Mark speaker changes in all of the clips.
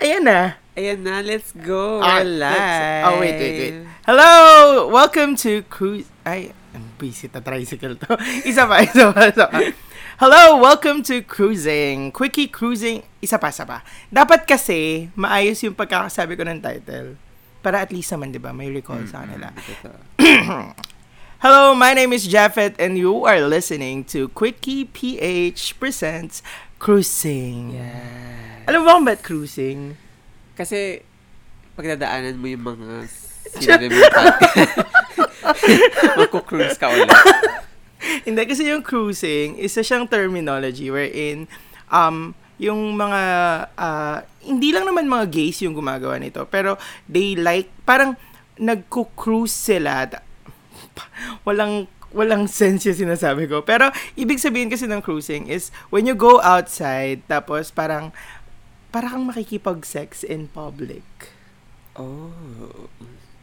Speaker 1: Ayan na.
Speaker 2: Ayan na, let's go.
Speaker 1: Ah,
Speaker 2: We're live.
Speaker 1: let's- Oh, wait, wait, wait. Hello! Welcome to Cruise... Ay, ang busy na tricycle to. Isa pa, isa pa, isa pa. Hello! Welcome to Cruising. Quickie Cruising. Isa pa, isa pa. Dapat kasi, maayos yung pagkakasabi ko ng title. Para at least naman, di ba, may recall sa kanila.
Speaker 2: Ito.
Speaker 1: Hello, my name is Japheth, and you are listening to Quickie PH presents Cruising.
Speaker 2: Yeah.
Speaker 1: Alam mo ba ba't cruising?
Speaker 2: Kasi, pagdadaanan mo yung mga sinabi mo pati. Magkukruise ka ulit.
Speaker 1: Hindi, kasi yung cruising, isa siyang terminology wherein um, yung mga, ah, hindi lang naman mga gays yung gumagawa nito, pero they like, parang nagko-cruise sila. Ta- Walang walang sense yung sinasabi ko. Pero, ibig sabihin kasi ng cruising is, when you go outside, tapos parang, parang kang makikipag-sex in public.
Speaker 2: Oh.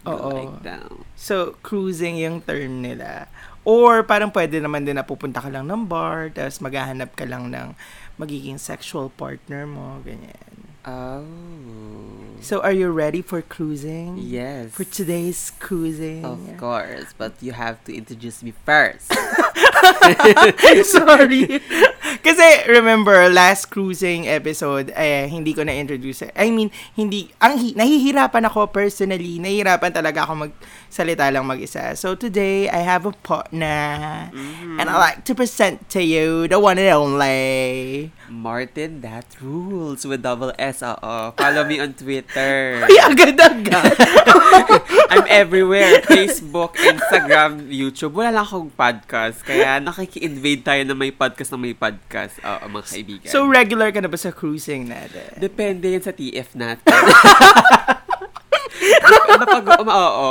Speaker 1: Oo.
Speaker 2: Like down.
Speaker 1: So, cruising yung term nila. Or parang pwede naman din na pupunta ka lang ng bar, tapos maghahanap ka lang ng magiging sexual partner mo, ganyan.
Speaker 2: Oh.
Speaker 1: So, are you ready for cruising?
Speaker 2: Yes.
Speaker 1: For today's cruising?
Speaker 2: Of course, but you have to introduce me first.
Speaker 1: Sorry. Kasi, remember, last cruising episode, eh, hindi ko na-introduce. I mean, hindi, ang, hi- nahihirapan ako personally. Nahihirapan talaga ako magsalita lang mag-isa. So, today, I have a partner. And I like to present to you the one and only.
Speaker 2: Martin, that rules with double S. Oo. Follow me on Twitter.
Speaker 1: Ay, agad-agad.
Speaker 2: I'm everywhere. Facebook, Instagram, YouTube. Wala lang akong podcast. Kaya nakiki-invade tayo na may podcast na may podcast. Oo, mga kaibigan.
Speaker 1: so, regular ka na ba sa cruising natin?
Speaker 2: depende yan sa TF natin. Napag, um, oo,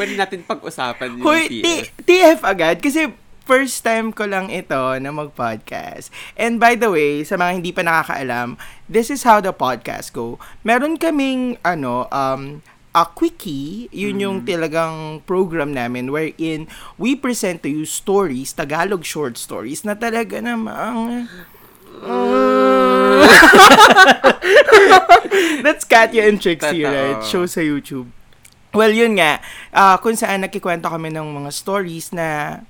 Speaker 2: pwede natin pag-usapan yung
Speaker 1: Hoy,
Speaker 2: TF.
Speaker 1: T- TF agad kasi first time ko lang ito na mag-podcast. And by the way, sa mga hindi pa nakakaalam, this is how the podcast go. Meron kaming ano um a quickie, yun yung
Speaker 2: Mm.
Speaker 1: talagang program namin wherein we present to you stories, Tagalog short stories na talaga namang That's Katya and Trixie,
Speaker 2: Totoo.
Speaker 1: right? Show sa YouTube. Well, yun nga. ah, kung saan nakikwento kami ng mga stories na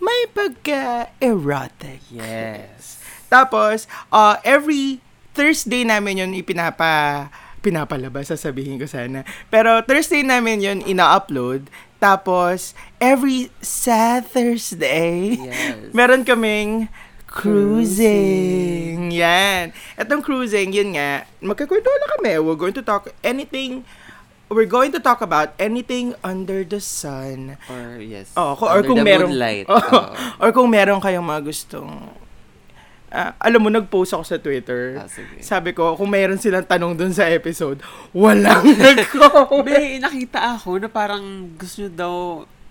Speaker 1: may pagka-erotic.
Speaker 2: Yes.
Speaker 1: Tapos, ah, every Thursday namin yun ipinapa pinapalabas, sasabihin ko sana. Pero Thursday namin yun ina-upload. Tapos, every sad Thursday,
Speaker 2: Yes.
Speaker 1: meron kaming cruising. Yan. Itong cruising, yun nga, magkakwento na kami. We're going to talk anything, we're going to talk about anything under the sun.
Speaker 2: Or yes.
Speaker 1: Oo, ko- or
Speaker 2: Under
Speaker 1: kung
Speaker 2: the
Speaker 1: meron-
Speaker 2: moonlight.
Speaker 1: Oo.
Speaker 2: Oo.
Speaker 1: Or kung meron kayong mga gustong... Ah, alam mo, nag-post ako sa Twitter.
Speaker 2: Ah, sige.
Speaker 1: Sabi ko, kung meron silang tanong dun sa episode, walang nag-comment.
Speaker 2: May nakita ako na parang gusto nyo daw,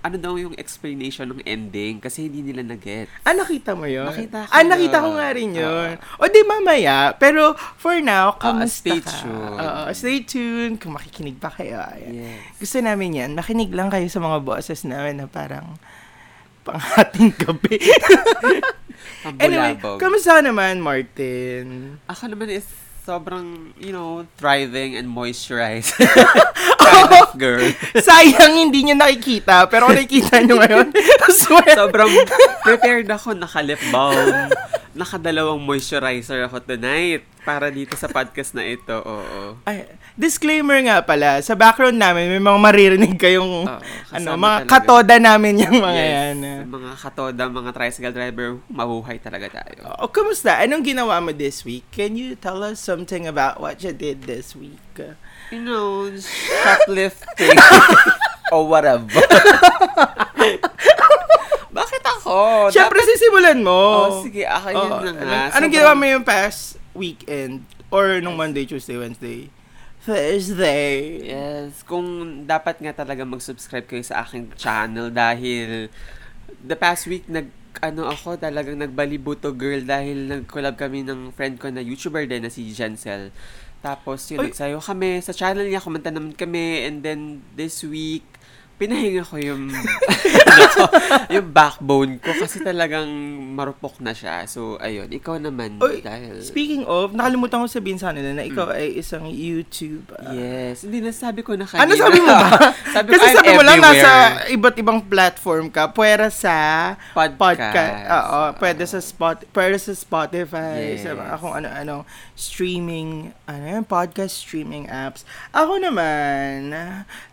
Speaker 2: ano daw yung explanation ng ending kasi hindi nila na-get.
Speaker 1: ah, nakita mo yun?
Speaker 2: Nakita ko
Speaker 1: Ah, nakita
Speaker 2: yun.
Speaker 1: ko nga rin yun. o di mamaya. Pero for now, kamusta
Speaker 2: stay
Speaker 1: ka?
Speaker 2: tuned.
Speaker 1: Oo, stay tuned. Kung makikinig pa kayo. Ayan.
Speaker 2: Yes.
Speaker 1: Gusto namin yan. Makinig lang kayo sa mga boses namin na parang panghating gabi. anyway,
Speaker 2: Pambulabog.
Speaker 1: kamusta ka naman, Martin?
Speaker 2: Ako naman is sobrang, you know, thriving and moisturized. kind
Speaker 1: Oh,
Speaker 2: of girl.
Speaker 1: sayang hindi nyo nakikita, pero kung nakikita nyo ngayon, swear.
Speaker 2: Sobrang prepared ako, naka-lip balm. Nakadalawang moisturizer ako tonight para dito sa podcast na ito. Oo.
Speaker 1: Ay, disclaimer nga pala, sa background namin, may mga maririnig kayong,
Speaker 2: Oo, Oh, kasama
Speaker 1: ano, mga
Speaker 2: talaga.
Speaker 1: katoda namin yung mga
Speaker 2: Yes,
Speaker 1: yan.
Speaker 2: Mga katoda, mga tricycle driver, mabuhay talaga tayo.
Speaker 1: O, kamusta? Oh, Anong ginawa mo this week? Can you tell us something about what you did this week?
Speaker 2: You know, shoplifting. or whatever. Bakit ako?
Speaker 1: Siyempre, sisimulan mo.
Speaker 2: Oh, Dapat- oh, sige, ako yun
Speaker 1: Oo,
Speaker 2: na nga.
Speaker 1: Anong, anong
Speaker 2: Sobrang-
Speaker 1: ginawa mo yung past weekend? Or nung Monday, Tuesday, Wednesday? Thursday.
Speaker 2: Yes, kung dapat nga talaga mag-subscribe kayo sa aking channel dahil the past week nag ano ako talagang nagbalibuto girl dahil nag-collab kami ng friend ko na YouTuber din na si Jancel. Tapos yun,
Speaker 1: Ay!
Speaker 2: nagsayo kami. Sa channel niya, kumanta naman kami. And then this week, pinahinga ko yung, ano ko, yung backbone ko kasi talagang marupok na siya. So, ayun, ikaw naman.
Speaker 1: Oy,
Speaker 2: dahil,
Speaker 1: Speaking of, nakalimutan ko sabihin sa nila na
Speaker 2: Hmm.
Speaker 1: ikaw ay isang YouTube.
Speaker 2: yes, hindi nasabi ko na kanina.
Speaker 1: Ano sabi mo ba?
Speaker 2: sabi ko,
Speaker 1: Kasi
Speaker 2: I'm
Speaker 1: sabi mo lang nasa
Speaker 2: everywhere.
Speaker 1: iba't ibang platform ka. Pwera sa
Speaker 2: Podcast.
Speaker 1: Oo, pwede sa spot, pwede sa Spotify, sa mga
Speaker 2: Yes.
Speaker 1: kung ano-ano streaming, ano yun, podcast streaming apps. Ako naman,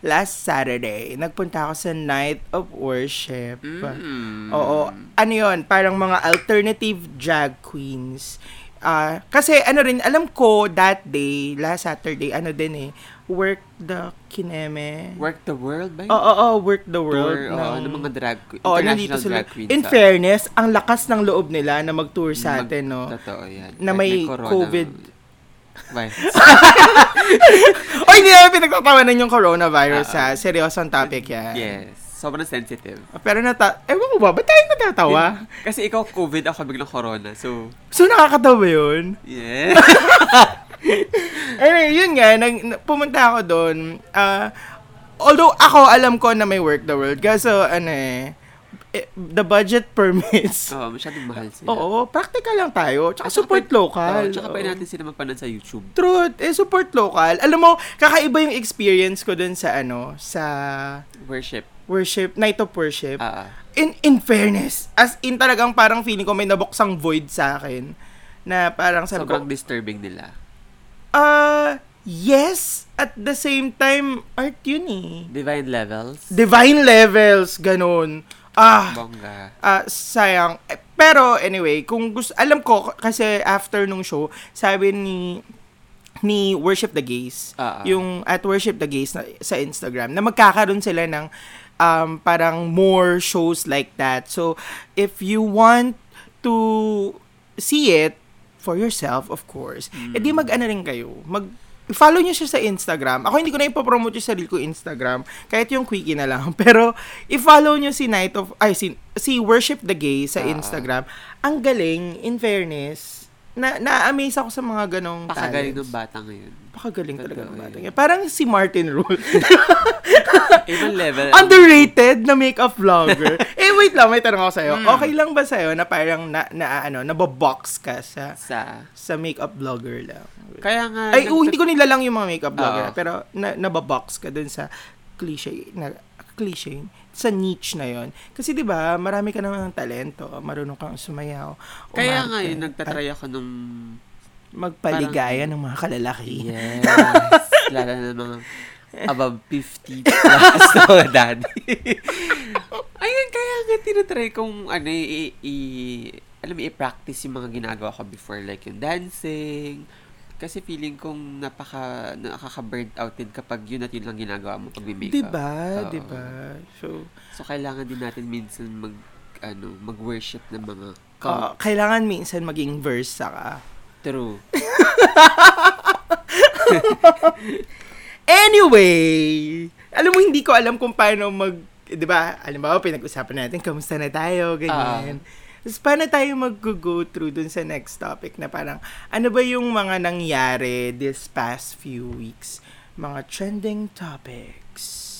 Speaker 1: last Saturday, nagpunta ako sa Night of Worship.
Speaker 2: Mm.
Speaker 1: Oo. Ano yun? Parang mga alternative drag queens. Ah, kasi ano rin, alam ko that day, last Saturday, ano din eh, work the kineme.
Speaker 2: Work the world ba yun?
Speaker 1: Oo, oo, oo, work the world.
Speaker 2: Tour, oo, ng mga drag queen.
Speaker 1: Oo, Oh, nandito
Speaker 2: international
Speaker 1: sila.
Speaker 2: drag queens.
Speaker 1: In
Speaker 2: ah.
Speaker 1: fairness, ang lakas ng loob nila na mag-tour sa
Speaker 2: Mag-
Speaker 1: atin, no?
Speaker 2: Totoo yan.
Speaker 1: Na
Speaker 2: Kahit
Speaker 1: may
Speaker 2: corona.
Speaker 1: COVID.
Speaker 2: Right.
Speaker 1: Oy, hindi namin pinagtatawanan yung coronavirus, ha? Seryosong topic yan.
Speaker 2: Ah, yes. Sobrang sensitive.
Speaker 1: Pero nata... Ewan ko ba, ba't tayo natatawa?
Speaker 2: Kasi ikaw COVID, ako biglang corona. So,
Speaker 1: So, nakakatawa yun?
Speaker 2: yeah.
Speaker 1: Anyway, yun nga, nag, na- pumunta ako doon. Ah, although ako, alam ko na may work the world. Kaso, ano eh, eh, the budget permits.
Speaker 2: Oo, masyadong mahal sila.
Speaker 1: Oo, practical lang tayo. Tsaka
Speaker 2: At
Speaker 1: support
Speaker 2: pwede-
Speaker 1: local.
Speaker 2: Oh, Oo, tsaka
Speaker 1: Oo.
Speaker 2: pwede natin sila mapanood sa YouTube.
Speaker 1: Truth, eh, support local. Alam mo, kakaiba yung experience ko doon sa ano, sa
Speaker 2: Worship.
Speaker 1: worship, night of worship.
Speaker 2: Ah, ah.
Speaker 1: in in fairness, as in talagang parang feeling ko may nabuksang void sa akin na parang sabi ko,
Speaker 2: sobrang disturbing nila.
Speaker 1: ah, yes, at the same time, art yun eh.
Speaker 2: Divine levels.
Speaker 1: Divine levels, ganun. Ah,
Speaker 2: Bongga.
Speaker 1: ah, sayang. Eh, Pero anyway, kung gusto, alam ko, k- kasi after nung show, sabi ni ni Worship the Gays,
Speaker 2: Ah, ah.
Speaker 1: yung at Worship the Gays na, sa Instagram, na magkakaroon sila ng um, parang more shows like that. So, if you want to see it for yourself, of course, edi mag-ano rin kayo, mag follow niyo siya sa Instagram. Ako hindi ko na ipopromote yung sarili ko Instagram, kahit yung quickie na lang. Pero, i-follow niyo si Night of, ay, si, si Worship the Gay sa
Speaker 2: Ah.
Speaker 1: Instagram. Ang galing, in fairness, na na-amaze ako sa mga ganong
Speaker 2: Pakagaling
Speaker 1: talents.
Speaker 2: ng bata ngayon.
Speaker 1: Pakagaling talaga ng
Speaker 2: Totoo
Speaker 1: bata.
Speaker 2: yun.
Speaker 1: niya. Parang si Martin Rule.
Speaker 2: Ibang level.
Speaker 1: Underrated na makeup vlogger. eh, wait lang. May tanong ako sa'yo.
Speaker 2: Hmm.
Speaker 1: Okay lang ba sa'yo na parang na, na ano, nababox ka sa
Speaker 2: Sa...
Speaker 1: sa makeup vlogger lang?
Speaker 2: Kaya nga...
Speaker 1: Ay, oh, hindi ko nilalang yung mga makeup vlogger.
Speaker 2: Ah, Oo.
Speaker 1: Pero na, nababox ka dun sa cliche na cliche sa niche na yon kasi 'di ba marami ka namang talento marunong kang sumayaw
Speaker 2: Kaya
Speaker 1: umarte,
Speaker 2: nga yun, nagtatry ako nung...
Speaker 1: magpaligaya ng mga kalalaki
Speaker 2: Yes. Lala na mga above 50 plus na mga daddy. Oh, Ayun, kaya nga tinatry kong ano, i, i- alam mo, i-practice yung mga ginagawa ko before, like yung dancing. Kasi feeling kong napaka, nakaka-burnt out din kapag yun at yun lang ginagawa mo pag may makeup.
Speaker 1: Diba?
Speaker 2: Oo.
Speaker 1: Diba? So,
Speaker 2: So, kailangan din natin minsan mag, ano, mag-worship ng mga
Speaker 1: oo,
Speaker 2: cult.
Speaker 1: kailangan minsan maging versa ka.
Speaker 2: True.
Speaker 1: Anyway! Alam mo, hindi ko alam kung paano mag... Di ba? Alam ba, pinag-usapan natin, kamusta na
Speaker 2: Ah.
Speaker 1: tayo, ganyan. Tapos paano tayo mag-go through dun sa next topic na parang, ano ba yung mga nangyari this past few weeks? Mga trending topics.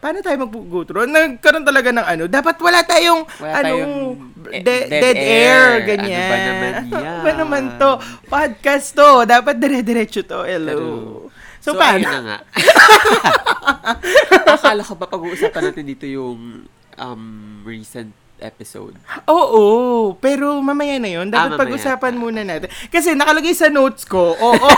Speaker 1: Paano tayo mag-go through? Nagkaroon talaga ng ano, dapat wala tayong,
Speaker 2: Wala
Speaker 1: ano,
Speaker 2: tayong
Speaker 1: de-
Speaker 2: e-
Speaker 1: dead,
Speaker 2: dead
Speaker 1: air,
Speaker 2: air.
Speaker 1: ganyan.
Speaker 2: Ano ba naman
Speaker 1: Ano ba
Speaker 2: yan?
Speaker 1: naman to? Podcast to. Dapat dire-diretso to. Hello.
Speaker 2: True.
Speaker 1: So, paano?
Speaker 2: ayun na nga. Akala ko ba pag-uusapan natin dito yung um, recent episode?
Speaker 1: Oo. Pero mamaya na yun. Dapat
Speaker 2: Ah, mamaya.
Speaker 1: pag-usapan muna natin. Kasi nakalagay sa notes ko. Oo.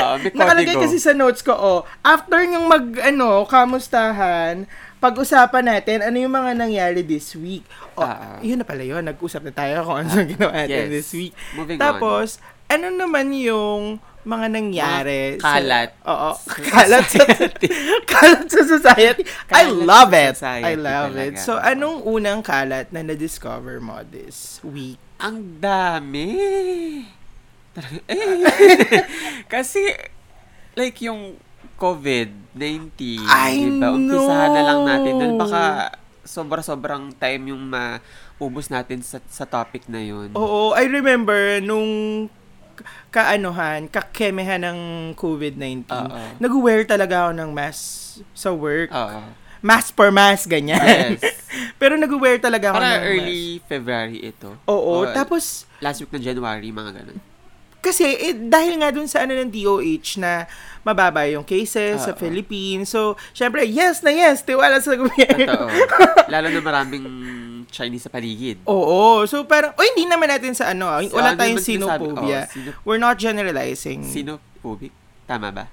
Speaker 2: Ah, may
Speaker 1: nakalagay
Speaker 2: kodigo.
Speaker 1: kasi sa notes ko. Oh, after yung mag, ano, kamustahan, pag-usapan natin ano yung mga nangyari this week. Oh,
Speaker 2: Ah.
Speaker 1: yun na pala yun. Nag-usap na tayo kung ano yung ginawa natin
Speaker 2: Yes.
Speaker 1: this week.
Speaker 2: Moving on.
Speaker 1: Tapos, ano naman yung mga nangyari?
Speaker 2: Mga kalat.
Speaker 1: Sa, oo.
Speaker 2: Sa
Speaker 1: Kalat sa,
Speaker 2: society.
Speaker 1: kalat sa society. I
Speaker 2: Kalat
Speaker 1: love
Speaker 2: sa
Speaker 1: it. I
Speaker 2: society
Speaker 1: love it.
Speaker 2: talaga.
Speaker 1: So, anong unang kalat na na-discover mo this week?
Speaker 2: Ang dami. Talaga- Eh. Kasi, like yung COVID-19,
Speaker 1: I
Speaker 2: di ba? Umpisahan na lang natin doon.
Speaker 1: know.
Speaker 2: Baka sobra-sobrang time yung maubos natin sa, sa topic na yun.
Speaker 1: Oo, I remember nung kaanuhan, kakemehan ng COVID-19,
Speaker 2: Oo.
Speaker 1: nag-wear talaga ako ng mask sa work.
Speaker 2: Oo.
Speaker 1: Mask for mask, ganyan.
Speaker 2: Yes.
Speaker 1: Pero nag-wear talaga ako ng
Speaker 2: Para
Speaker 1: mask.
Speaker 2: early February ito.
Speaker 1: Oo,
Speaker 2: Or
Speaker 1: tapos
Speaker 2: Last week ng January, mga ganun.
Speaker 1: kasi eh, dahil nga dun sa ano ng DOH na mababa yung cases sa
Speaker 2: Oo.
Speaker 1: Philippines. So, syempre, yes na yes, tiwala sa gobyerno.
Speaker 2: Totoo. Lalo na maraming Chinese sa paligid.
Speaker 1: Oo. So, parang, o hindi naman natin sa ano, ah, wala
Speaker 2: ano
Speaker 1: tayong
Speaker 2: naman sinasabi-
Speaker 1: sinophobia.
Speaker 2: Oo, sino-
Speaker 1: We're not generalizing.
Speaker 2: Sinophobic? Tama ba?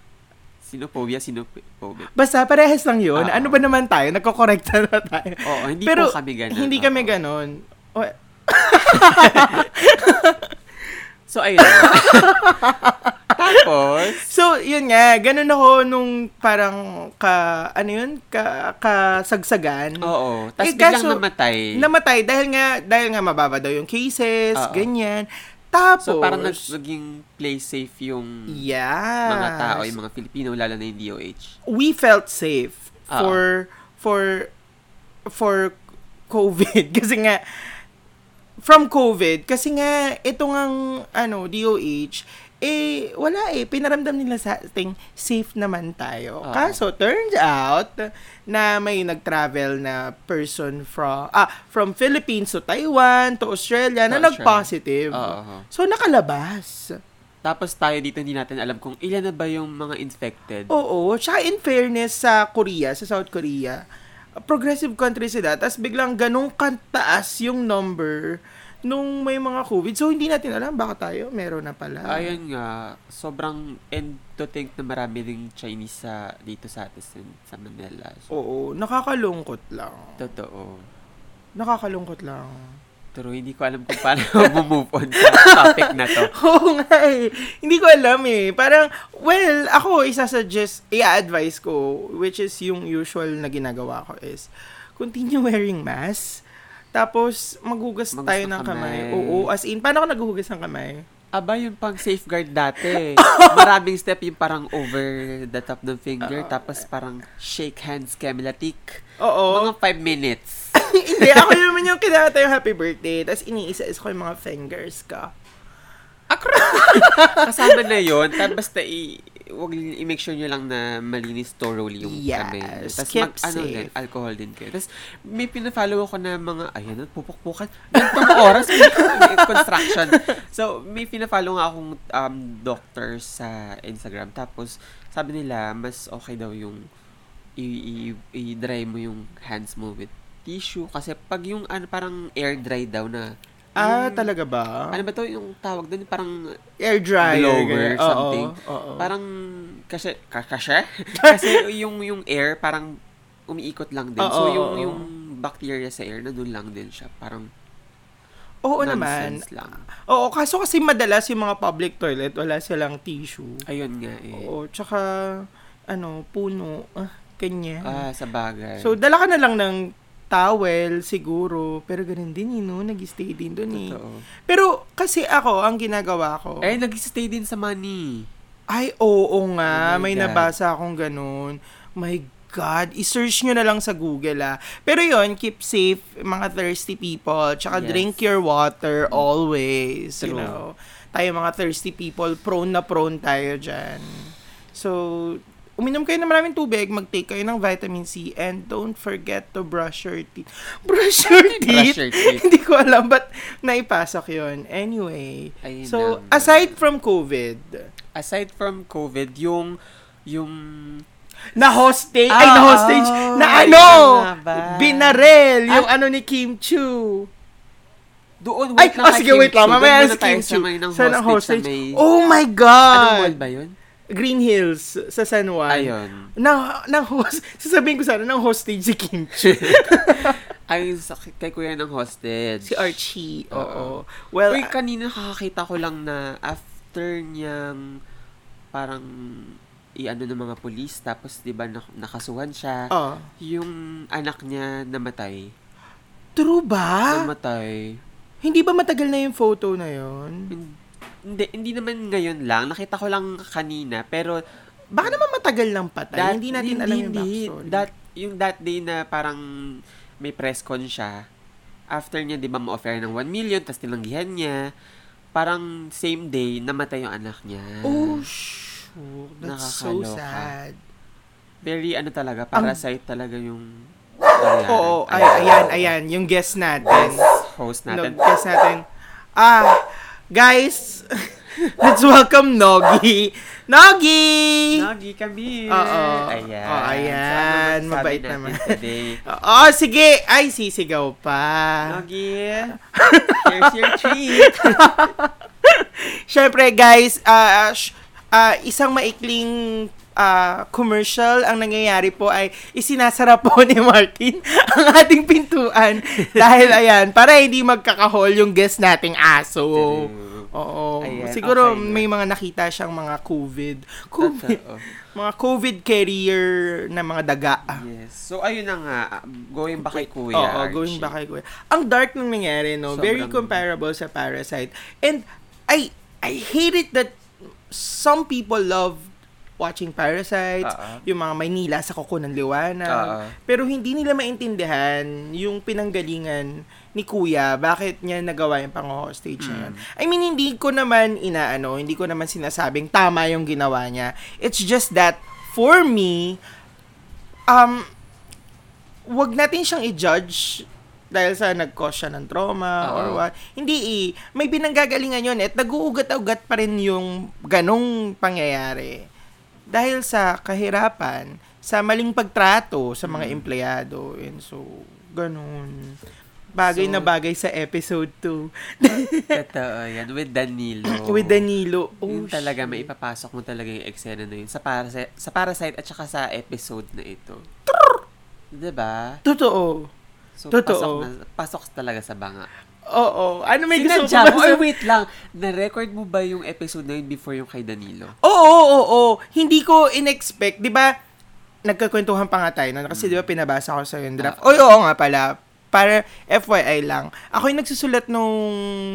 Speaker 2: Sinophobia, sinophobic.
Speaker 1: Basta, parehas lang yun.
Speaker 2: Oo.
Speaker 1: Ano ba naman tayo? Nagkokorekta na tayo.
Speaker 2: Oo, hindi
Speaker 1: Pero,
Speaker 2: po kami ganun. Ah,
Speaker 1: Hindi kami
Speaker 2: Oo.
Speaker 1: ganon. O-
Speaker 2: So, ayun. Tapos,
Speaker 1: So, yun nga, ganun ako nung parang ka, ano yun, ka, kasagsagan.
Speaker 2: oo. Tapos
Speaker 1: Eh,
Speaker 2: biglang
Speaker 1: kaso-
Speaker 2: namatay.
Speaker 1: Namatay dahil nga, dahil nga mababa daw yung cases,
Speaker 2: Oo.
Speaker 1: ganyan. Tapos,
Speaker 2: so, parang nag- naging play safe yung
Speaker 1: yes.
Speaker 2: mga tao, yung mga Filipino, lalo na yung DOH.
Speaker 1: we felt safe
Speaker 2: Oo.
Speaker 1: for for for COVID kasi nga from COVID kasi nga ito ngang ano DOH eh wala eh pinaramdam nila sa ating safe naman tayo.
Speaker 2: Oo.
Speaker 1: Kaso turns out na may nag-travel na person from ah from Philippines to Taiwan to Australia na
Speaker 2: To Australia. Ah.
Speaker 1: nag-positive.
Speaker 2: Oo.
Speaker 1: So nakalabas.
Speaker 2: Tapos tayo dito, hindi natin alam kung ilan na ba yung mga infected.
Speaker 1: Oo. Tsaka in fairness sa Korea, sa South Korea, progressive country sila, tapos biglang ganong kantaas yung number nung may mga COVID. So, hindi natin alam, baka tayo meron na pala.
Speaker 2: Ayun nga, sobrang, and to think na marami ring Chinese sa, dito sa atin, sa- sa Manila. So,
Speaker 1: Oo, nakakalungkot lang.
Speaker 2: Totoo.
Speaker 1: Nakakalungkot lang.
Speaker 2: Pero hindi ko alam kung paano move on sa topic na to.
Speaker 1: Oo nga eh. Hindi ko alam eh. Parang, well, ako isasuggest, i-advise ko, which is yung usual na ginagawa ko is, continue wearing mask, tapos maghugas
Speaker 2: Maghugas
Speaker 1: tayo
Speaker 2: ng
Speaker 1: ng kamay.
Speaker 2: kamay.
Speaker 1: Oo, as in, paano ako naghuhugas ng kamay?
Speaker 2: Aba, yung pang safeguard dati. Maraming step yung parang over the top ng finger, tapos parang shake hands, kemlatik.
Speaker 1: Oo.
Speaker 2: Mga five minutes.
Speaker 1: Hindi, ako naman yung kinakanta yung happy birthday. Tapos iniisa-is ko yung mga fingers ko.
Speaker 2: Kasama na yon Tapos basta i- wag i-make sure nyo lang na malinis thoroughly yung
Speaker 1: Yes,
Speaker 2: kamay. Tapos
Speaker 1: keep
Speaker 2: ano
Speaker 1: safe.
Speaker 2: din, alcohol din kayo. Tapos may pinafollow ako na mga, ayan, pupukpukan. Ganito ba oras? May- may construction. So, may pinafollow nga akong um, doctor sa Instagram. Tapos, sabi nila, mas okay daw yung i- i- i-dry mo yung hands mo with tissue. Kasi pag yung ano, parang air dry daw na,
Speaker 1: Ah, talaga ba?
Speaker 2: ano ba to yung tawag doon? Parang
Speaker 1: Air dryer.
Speaker 2: blower,
Speaker 1: ganyan. Oo,
Speaker 2: something.
Speaker 1: oo.
Speaker 2: Parang, kasi, ka- kasi, kasi yung, yung air, parang umiikot lang din.
Speaker 1: Oo,
Speaker 2: so, yung,
Speaker 1: oo.
Speaker 2: yung bacteria sa air, nandun lang din siya. Parang,
Speaker 1: Oo naman.
Speaker 2: nonsense lang.
Speaker 1: Oo, kaso kasi madalas yung mga public toilet, wala silang tissue.
Speaker 2: Ayun nga eh.
Speaker 1: Oo, tsaka, ano, puno, ah, kanya.
Speaker 2: Ah, sa bagay.
Speaker 1: so, dala ka na lang ng towel, siguro. Pero ganun din, you know, nag-stay din dun eh.
Speaker 2: Totoo.
Speaker 1: Pero, kasi ako, ang ginagawa ko,
Speaker 2: Eh, nag-stay din sa money.
Speaker 1: Ay, oo nga.
Speaker 2: Oh my
Speaker 1: May
Speaker 2: God.
Speaker 1: nabasa akong ganun. My God. I-search nyo na lang sa Google, ah. Pero yon keep safe, mga thirsty people. Tsaka
Speaker 2: Yes.
Speaker 1: drink your water always, you
Speaker 2: True.
Speaker 1: know. Tayo mga thirsty people, prone na prone tayo dyan. So, uminom kayo ng maraming tubig, mag-take kayo ng vitamin C, and don't forget to brush your teeth. Brush your teeth?
Speaker 2: Brush your teeth.
Speaker 1: Hindi ko alam, but naipasok yon Anyway,
Speaker 2: Ayun
Speaker 1: so,
Speaker 2: lang.
Speaker 1: aside from COVID,
Speaker 2: Aside from COVID, yung, yung,
Speaker 1: na hostage,
Speaker 2: Ah,
Speaker 1: ay na hostage,
Speaker 2: oh,
Speaker 1: na
Speaker 2: ay,
Speaker 1: ano,
Speaker 2: nga ba?
Speaker 1: binarel, yung ano ni Kim Chu.
Speaker 2: doon,
Speaker 1: Ay,
Speaker 2: wait lang
Speaker 1: oh
Speaker 2: kay
Speaker 1: sige,
Speaker 2: Kim
Speaker 1: wait lang,
Speaker 2: Chu.
Speaker 1: mamaya si
Speaker 2: Doon muna tayo
Speaker 1: Kim
Speaker 2: sa
Speaker 1: Chu.
Speaker 2: may nang
Speaker 1: Sa nang
Speaker 2: hostage,
Speaker 1: hostage.
Speaker 2: sa may-
Speaker 1: Oh my
Speaker 2: Anong mall
Speaker 1: God!
Speaker 2: ba yun?
Speaker 1: Green Hills, sa San Juan.
Speaker 2: Ayun.
Speaker 1: Na, na host, sasabihin ko sana, nang hostage si Kim Chu.
Speaker 2: Ayun, sa, kay kuya ng hostage.
Speaker 1: si Archie, oo.
Speaker 2: Oo.
Speaker 1: Well,
Speaker 2: Uy, kanina nakakita ko lang na after niyang parang i-ano ng mga polis, tapos di ba nak- nakasuhan siya,
Speaker 1: ah, oh.
Speaker 2: yung anak niya namatay.
Speaker 1: true ba?
Speaker 2: Namatay.
Speaker 1: Hindi ba matagal na yung photo na yon?
Speaker 2: Hin- Hindi, hindi naman ngayon lang. Nakita ko lang kanina. Pero
Speaker 1: Baka naman matagal lang patay. hindi natin alam yung backstory.
Speaker 2: That, yung that day na parang may press con siya, after niya, di ba, ma-offer ng 1 million, tapos tinanggihan niya. parang same day, namatay yung anak niya.
Speaker 1: Oh, shoot. That's so
Speaker 2: Mm. Nakakaloka.
Speaker 1: sad.
Speaker 2: Very ano talaga, parasite talaga yung
Speaker 1: Oo, ay,
Speaker 2: Ayan.
Speaker 1: ayan, ayan. Yung guest natin.
Speaker 2: host
Speaker 1: Nog,
Speaker 2: natin.
Speaker 1: guest natin. Ah, guys, let's welcome Nogi. Nogi!
Speaker 2: Nagi kami.
Speaker 1: Oo.
Speaker 2: Ayan.
Speaker 1: Oo, ayan.
Speaker 2: So, ano masasabi
Speaker 1: Mabait
Speaker 2: natin
Speaker 1: naman.
Speaker 2: Today?
Speaker 1: Oo, Oh, sige. Ay, sisigaw pa.
Speaker 2: Nagi, here's your treat.
Speaker 1: Siyempre, guys, ah, sh- ah, isang maikling ah, commercial ang nangyayari po ay isinasara po ni Martin ang ating pintuan dahil ayan, para hindi magkakahol yung guest nating aso. Oo.
Speaker 2: Ayan,
Speaker 1: Siguro
Speaker 2: okay na.
Speaker 1: may mga nakita siyang mga COVID. COVID.
Speaker 2: Totoo.
Speaker 1: Mga COVID carrier na mga daga.
Speaker 2: Yes. So, ayun na nga. Going back kay Kuya
Speaker 1: Oo, going
Speaker 2: Archie.
Speaker 1: back kay Kuya. Ang dark ng nangyari, no? Very
Speaker 2: Sobrang-
Speaker 1: comparable sa Parasite. And I I hate it that some people love watching Parasites,
Speaker 2: Oo.
Speaker 1: yung mga Maynila sa kuko ng liwanag.
Speaker 2: Oo.
Speaker 1: Pero hindi nila maintindihan yung pinanggalingan ni Kuya, bakit niya nagawa yung pang-hostage na yun.
Speaker 2: Mm.
Speaker 1: I mean, hindi ko naman inaano, hindi ko naman sinasabing tama yung ginawa niya. It's just that, for me, um, wag natin siyang i-judge dahil sa nag-cause siya ng trauma
Speaker 2: Oo.
Speaker 1: or what. Hindi eh. May pinanggagalingan yun at naguugat-ugat pa rin yung ganong pangyayari. Dahil sa kahirapan, sa maling pagtrato sa mga empleyado. And so, ganun. Bagay
Speaker 2: So-
Speaker 1: na bagay sa episode 2.
Speaker 2: Totoo yan. With Danilo.
Speaker 1: With Danilo. Oh,
Speaker 2: yun talaga,
Speaker 1: shit.
Speaker 2: may ipapasok mo talaga yung eksena na yun sa Parasite, sa Parasite at saka sa episode na ito. Diba?
Speaker 1: Totoo.
Speaker 2: So, pasok,
Speaker 1: Totoo.
Speaker 2: na, pasok talaga sa banga.
Speaker 1: Oo. Ano may gusto
Speaker 2: Sinadya
Speaker 1: ko
Speaker 2: mo?
Speaker 1: ba
Speaker 2: Oy,
Speaker 1: sa-
Speaker 2: wait lang. Na-record mo ba yung episode na yun before yung kay Danilo?
Speaker 1: Oo, oo, oo, oo. Hindi ko in-expect, 'di ba? Nagkakwentuhan pa nga tayo nun kasi 'di ba pinabasa ko sa yung draft.
Speaker 2: Ah.
Speaker 1: Oy, oo nga pala. Para FYI lang, ako yung nagsusulat nung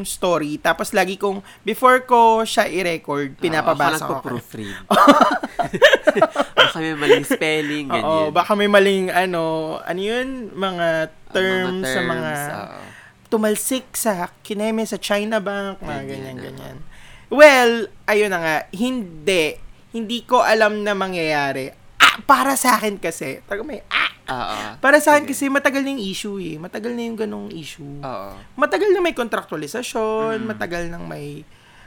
Speaker 1: story tapos lagi kong before ko siya i-record, pinapabasa
Speaker 2: Ah, ko.
Speaker 1: ko. kay-
Speaker 2: proofread. Baka may maling spelling, ganyan.
Speaker 1: Oo, baka may maling ano, ano yun, mga terms, sa mga
Speaker 2: oo.
Speaker 1: tumalsik sa kineme sa China Bank, mga
Speaker 2: Ganyan, oo.
Speaker 1: ganyan-ganyan. Well, ayun na nga, hindi. Hindi ko alam na mangyayari. Ah, para sa akin kasi, taga may ah.
Speaker 2: Oo.
Speaker 1: Para sa akin
Speaker 2: Sige. Ah.
Speaker 1: kasi matagal na yung issue eh. Matagal na yung ganong issue.
Speaker 2: Oo.
Speaker 1: Matagal na may
Speaker 2: Mm.
Speaker 1: kontraktualisasyon, matagal nang may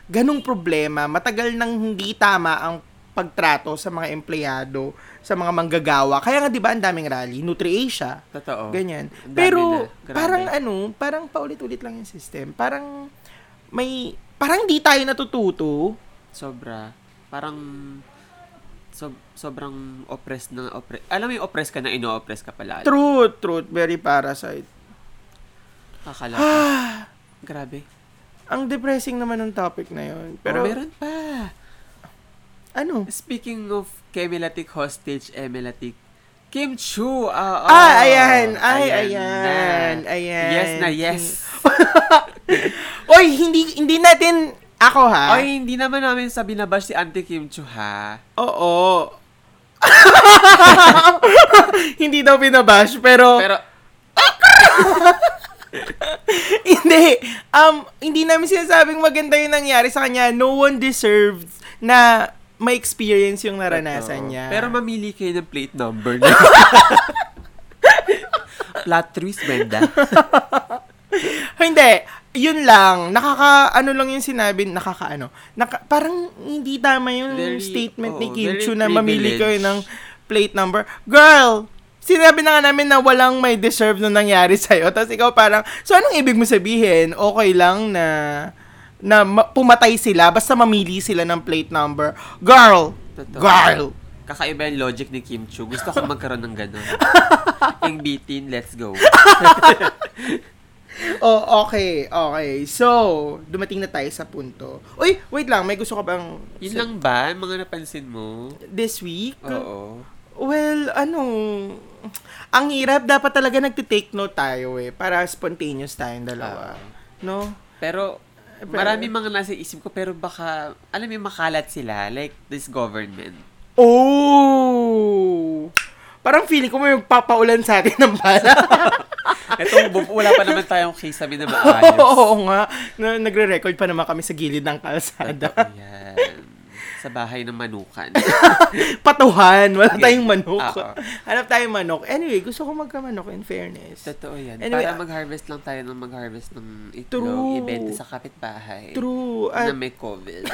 Speaker 1: ganong problema, matagal nang hindi tama ang pagtrato sa mga empleyado, sa mga manggagawa. Kaya nga 'di ba ang daming rally, NutriAsia,
Speaker 2: Totoo.
Speaker 1: Ganyan.
Speaker 2: Oh. Ang dami
Speaker 1: Pero,
Speaker 2: na. Grabe.
Speaker 1: parang ano, parang paulit-ulit lang yung system. Parang, may, parang di tayo natututo.
Speaker 2: Sobra. Parang sob- sobrang oppressed na oppress. Alam mo yung oppressed ka na ino-oppress ka pala.
Speaker 1: Truth, truth, very parasite.
Speaker 2: Akala
Speaker 1: Ah!
Speaker 2: Grabe.
Speaker 1: Ang depressing naman ng topic na yun. Pero,
Speaker 2: Pero Oh, meron pa.
Speaker 1: ano?
Speaker 2: Speaking of Kemelatik hostage, Emelatik, Kim Chu.
Speaker 1: ah,
Speaker 2: ah, ah,
Speaker 1: ayan. Ay, ayan.
Speaker 2: ayan na.
Speaker 1: Ayan.
Speaker 2: Yes na yes.
Speaker 1: Oy, hindi, hindi natin, ako ha?
Speaker 2: Ay, hindi naman namin sa binabash si Auntie Kim Chu ha.
Speaker 1: Oo. hindi daw binabash, pero...
Speaker 2: Pero
Speaker 1: hindi. Um, hindi namin sinasabing maganda yung nangyari sa kanya. No one deserves na ma-experience yung naranasan
Speaker 2: Oo.
Speaker 1: niya.
Speaker 2: Pero mamili kayo ng plate number niya. Plot twist, Brenda.
Speaker 1: hindi. Yun lang. Nakaka, ano lang yung sinabi, nakakaano. Naka, parang hindi tama yung
Speaker 2: Very-
Speaker 1: statement ni
Speaker 2: oo,
Speaker 1: Kim
Speaker 2: very
Speaker 1: Chu na mamili kayo
Speaker 2: privileged.
Speaker 1: ng plate number. Girl! Sinabi na nga namin na walang may deserve na nangyari sa'yo. Tapos ikaw parang, so anong ibig mo sabihin? Okay lang na na ma- pumatay sila basta mamili sila ng plate number. Girl!
Speaker 2: Totoo.
Speaker 1: Girl!
Speaker 2: Kakaiba yung logic ni Kim Chu. Gusto ko magkaroon ng ganun. Yung bitin, let's go.
Speaker 1: Oh, okay, okay. So, dumating na tayo sa punto. Uy, wait lang, may gusto ka bang
Speaker 2: Yun lang ba? Yung Mga napansin mo?
Speaker 1: this week?
Speaker 2: Oo.
Speaker 1: Well, ano, ang hirap dapat talaga nagte-take note tayo eh para spontaneous tayong dalawa. No?
Speaker 2: Pero,
Speaker 1: Eh,
Speaker 2: marami mga nasa isip ko, pero baka, alam mo, yung makalat sila. Like, this government.
Speaker 1: Oh! Parang feeling ko may magpapaulan sa atin ng bala.
Speaker 2: Itong bu- wala pa naman tayong case sabi na maayos.
Speaker 1: Oo nga. Na, nagre-record pa naman kami sa gilid ng kalsada.
Speaker 2: Totoo yan. Sa bahay ng manukan.
Speaker 1: Patuhan. Wala tayong manok.
Speaker 2: Oo.
Speaker 1: Hanap tayong manok. Anyway, gusto ko magkamanok in fairness.
Speaker 2: Totoo yan.
Speaker 1: Anyway,
Speaker 2: Para
Speaker 1: ah-
Speaker 2: mag-harvest lang tayo ng mag-harvest ng
Speaker 1: True.
Speaker 2: itlog, ibenta sa kapitbahay.
Speaker 1: True. Ah,
Speaker 2: Na
Speaker 1: At-
Speaker 2: may COVID.